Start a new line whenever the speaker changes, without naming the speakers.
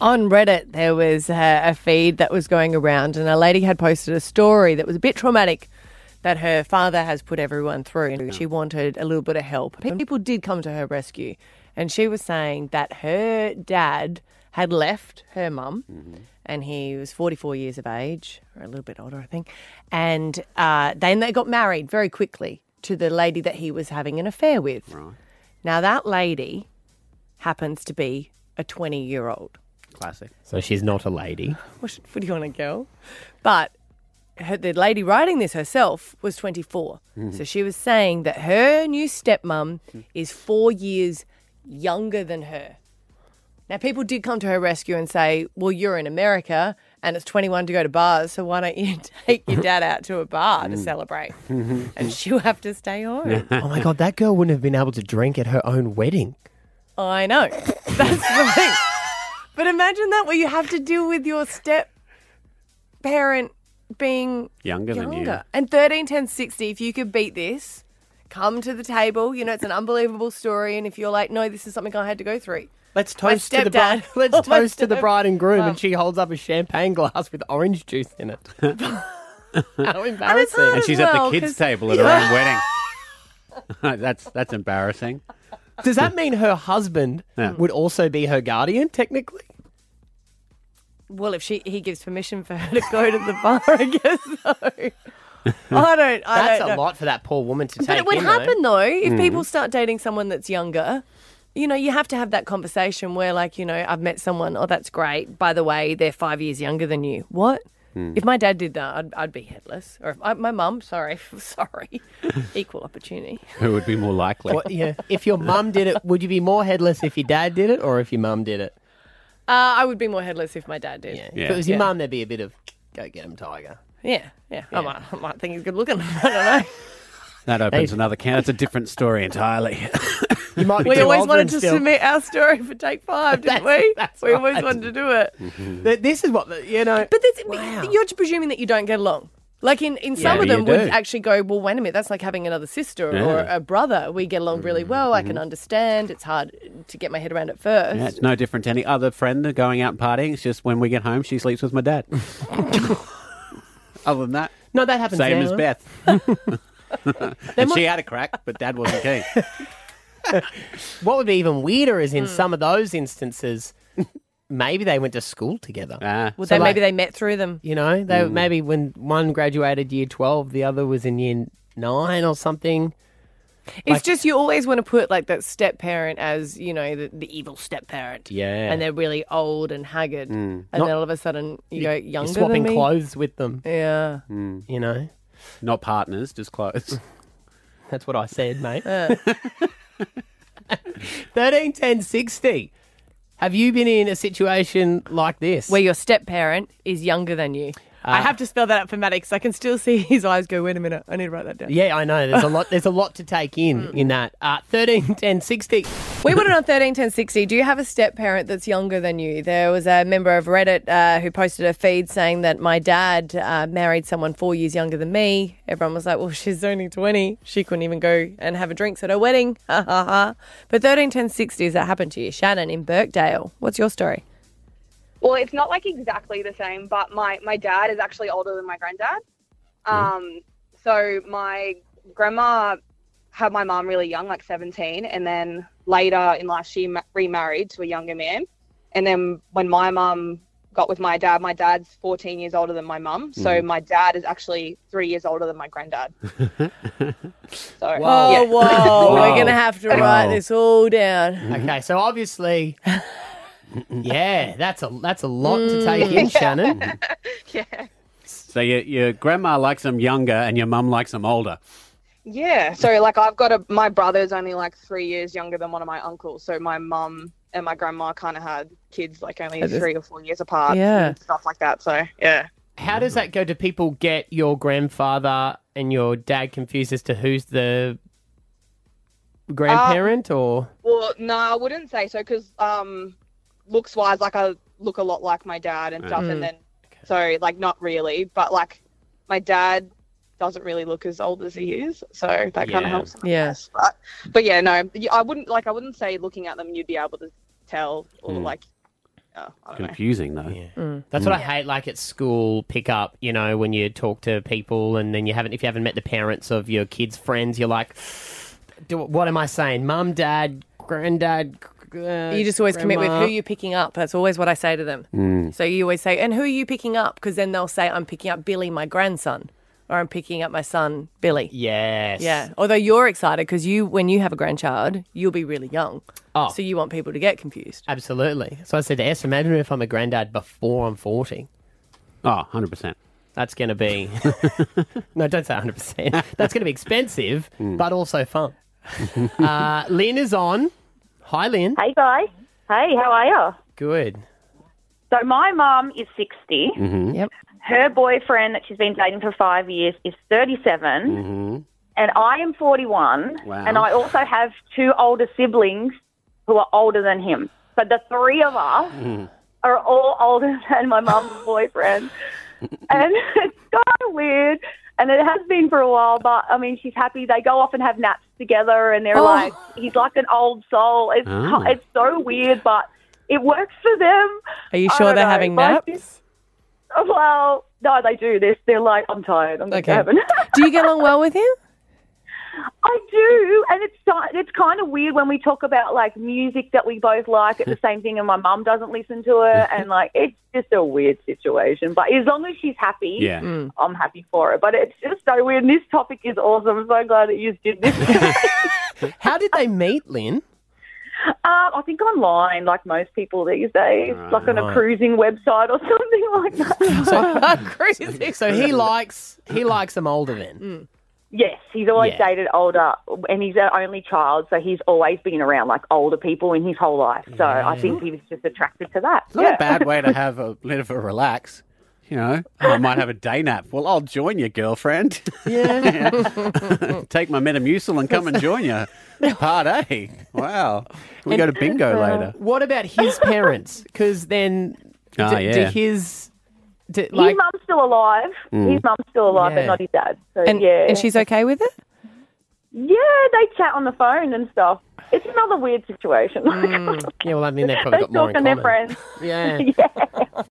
on Reddit, there was uh, a feed that was going around, and a lady had posted a story that was a bit traumatic that her father has put everyone through. And she wanted a little bit of help. People did come to her rescue, and she was saying that her dad had left her mum. And he was 44 years of age, or a little bit older, I think. And uh, then they got married very quickly to the lady that he was having an affair with. Now, that lady happens to be a 20 year old.
Classic.
So she's not a lady.
What, what do you want to go? But her, the lady writing this herself was 24. So she was saying that her new stepmom is four years younger than her. Now, people did come to her rescue and say, Well, you're in America and it's 21 to go to bars, so why don't you take your dad out to a bar to celebrate? and she'll have to stay home.
oh my god, that girl wouldn't have been able to drink at her own wedding.
I know. That's the thing. But imagine that where you have to deal with your step parent being
Younger, than you.
younger. And 13, 10, 60, if you could beat this, come to the table. You know, it's an unbelievable story. And if you're like, no, this is something I had to go through.
Let's
My
toast to the bride.
stepdad.
Let's
Oh, my
toast to the
step-
bride and groom,
Mum.
and she holds up a champagne glass with orange juice in it. How
hard
embarrassing!
And she's at the
Well,
kids'
'cause-
table at her own wedding. that's that's embarrassing.
Does that mean her husband
Yeah.
would also be her guardian, technically?
Well, if she he gives permission for her to go to the bar, I guess so. I don't. I
That's
don't
a
know.
lot for that poor woman to take.
But it would
in, though.
happen though
Mm.
if people start dating someone that's younger. You know, you have to have that conversation where, like, you know, I've met someone. Oh, that's great. By the way, they're five years younger than you. What?
Mm.
If my dad did that, I'd, I'd be headless. Or if I, my mum, sorry, sorry, equal opportunity.
Who would be more likely?
What, yeah. If your mum did it, would you be more headless if your dad did it, or if your mum did it?
Uh, I would be more headless if my dad did.
Yeah.
Yeah,
If it was your mum, there'd be a bit of go get him, tiger.
yeah. I, might, I might think he's good looking. I don't know.
That opens another can. It's a different story entirely.
You might be
We
too
always
old for him
wanted to
still.
submit our story for Take Five, didn't
That's-
we?
that's
we always
right.
wanted to do it.
But this is what the, you know.
But that's,
Wow.
you're presuming that you don't get along. Like in, in some
Yeah,
of them
you
would
do.
actually go, well, wait a minute, that's like having another sister or
Yeah.
a brother. We get along
Mm-hmm.
really well. I can understand. It's hard to get my head around at first.
Yeah, it's no different to any other friend going out and partying. It's just when we get home, she sleeps with my dad. Other than that,
no, that happens.
same
now.
as Beth. and she had a crack, but dad wasn't keen.
What would be even weirder is in some of those instances, maybe they went to school together.
Ah, Hmm.
Well,
So
then maybe
like-
they met through them.
You know, they maybe when one graduated year twelve, the other was in year nine or something.
it's just you always want to put like that step parent as, you know, the, the evil step parent.
Yeah. Mm.
And they're really old and haggard. And then
Not-
all of a sudden you go,
You're
younger
swapping
than me?
clothes Mm. with them.
Yeah.
You know,
not partners, just close.
that's what I said, mate. Thirteen, ten, sixty. Have you been in a situation like this?
where your step parent is younger than you. I
Ah.
have to spell that out for Maddie because I can still see his eyes go, wait a minute, I need to write that down.
yeah, I know. There's a lot. There's a lot to take in in that. Uh, Thirteen, ten, sixty.
We want to know 131060. Do you have a step parent that's younger than you? There was a member of Reddit uh, who posted a feed saying that my dad uh, married someone four years younger than me. Everyone was like, well, she's only 20. She couldn't even go and have a drinks at her wedding. Ha ha ha. But 131060, has that happened to you? Shannon in Birkdale, what's your story?
Well, it's not like exactly the same, but my, my dad is actually older than my granddad. Um, so my grandma had my mom really young, like 17, and then later in life she ma- remarried to a younger man. And then when my mom got with my dad, my dad's 14 years older than my mum. So my dad is actually three years older than my granddad. so,
Wow.
Oh, whoa.
yeah.
We're
Wow.
going to have to write
Wow.
this all down.
Okay, so obviously, yeah, that's a that's a lot to take in,
Mm.
Shannon.
yeah.
so your, your grandma likes them younger, and your mum likes them older.
Yeah. So like I've got a my brother's only like three years younger than one of my uncles. So my mum and my grandma kind of had kids like only
That is-
three or four years apart.
Yeah.
And stuff like that. So yeah.
How does that go? Do people get your grandfather and your dad confused as to who's the grandparent
Oh.
or?
Well, no, I wouldn't say so because um, looks wise, like I look a lot like my dad and stuff,
Mm.
and then so like not really, but like my dad doesn't really look as old as he is, so that kind
Yeah.
of helps. I
Yeah.
guess. but but yeah, no, y- I wouldn't like I wouldn't say looking at them you'd be able to tell or like uh, I don't know.
Confusing though.
Mm.
That's what I hate. Like at school pickup, you know, when you talk to people and then you haven't, if you haven't met the parents of your kids' friends, you're like, Do, what am I saying? Mum, dad, granddad. Uh,
You just always commit
grandma."
with who you're picking up. That's always what I say to them. So you always say, and who are you picking up? Because then they'll say, I'm picking up Billy, my grandson, or I'm picking up my son, Billy.
Yes.
Yeah. Although you're excited because you, when you have a grandchild, you'll be really young.
Oh.
So you want people to get confused.
Absolutely. So I said to S, imagine if I'm a granddad before I'm 40.
Oh, 100%.
That's going to be. no, don't say 100%. That's going to be expensive,
Hmm.
but also fun. uh, Lynn is on. Hi, Lynn.
Hey guys. Hey, how are you?
Good.
So my mum is 60.
Yep.
Her boyfriend that she's been dating for five years is 37. And I am 41.
Mm-hmm. Wow.
And I also have two older siblings who are older than him. So the three of us
Mm.
are all older than my mum's boyfriend. and it's kind of weird. And it has been for a while, but I mean, she's happy. They go off and have naps together, and they're
Oh.
like, he's like an old soul. It's,
Oh.
it's so weird, but it works for them.
Are you
I
sure
don't
they're
know.
having
My
naps?
Well, no, they do this. They're like, I'm tired. I'm
Okay.
okay. heaven.
Do you get along well with him?
I do, and it's si- it's kind of weird when we talk about like music that we both like. It's the same thing, and my mum doesn't listen to it, and like it's just a weird situation. But as long as she's happy,
Yeah.
I'm happy for her. But it's just so weird. And this topic is awesome. I'm so glad that you did this. um,
How did they meet, Lynn?
Um, I think online, like most people these days, like on a
Right.
cruising website or something like that.
Crazy.
So he likes he likes them older then.
Yes, he's always
Yeah.
dated older, and he's an only child, so he's always been around like older people in his whole life. So I think he was just attracted to that.
It's not a bad way to have a bit of a relax. You know, Oh, I might have a day nap. Well, I'll join you, girlfriend. Yeah. Take my Metamucil and come and join you. Part A. Wow. We go to bingo later.
What about his parents? Because then,
Ah,
do, do
yeah.
his do, like
his mum's still alive. His mum's still alive,
Yeah.
but not his dad. So
And,
yeah,
and she's okay with it?
yeah, they chat on the phone and stuff. It's another weird situation.
yeah? Well, I mean, they've probably
they
got more in
talk to their
common.
friends.
Yeah.
yeah.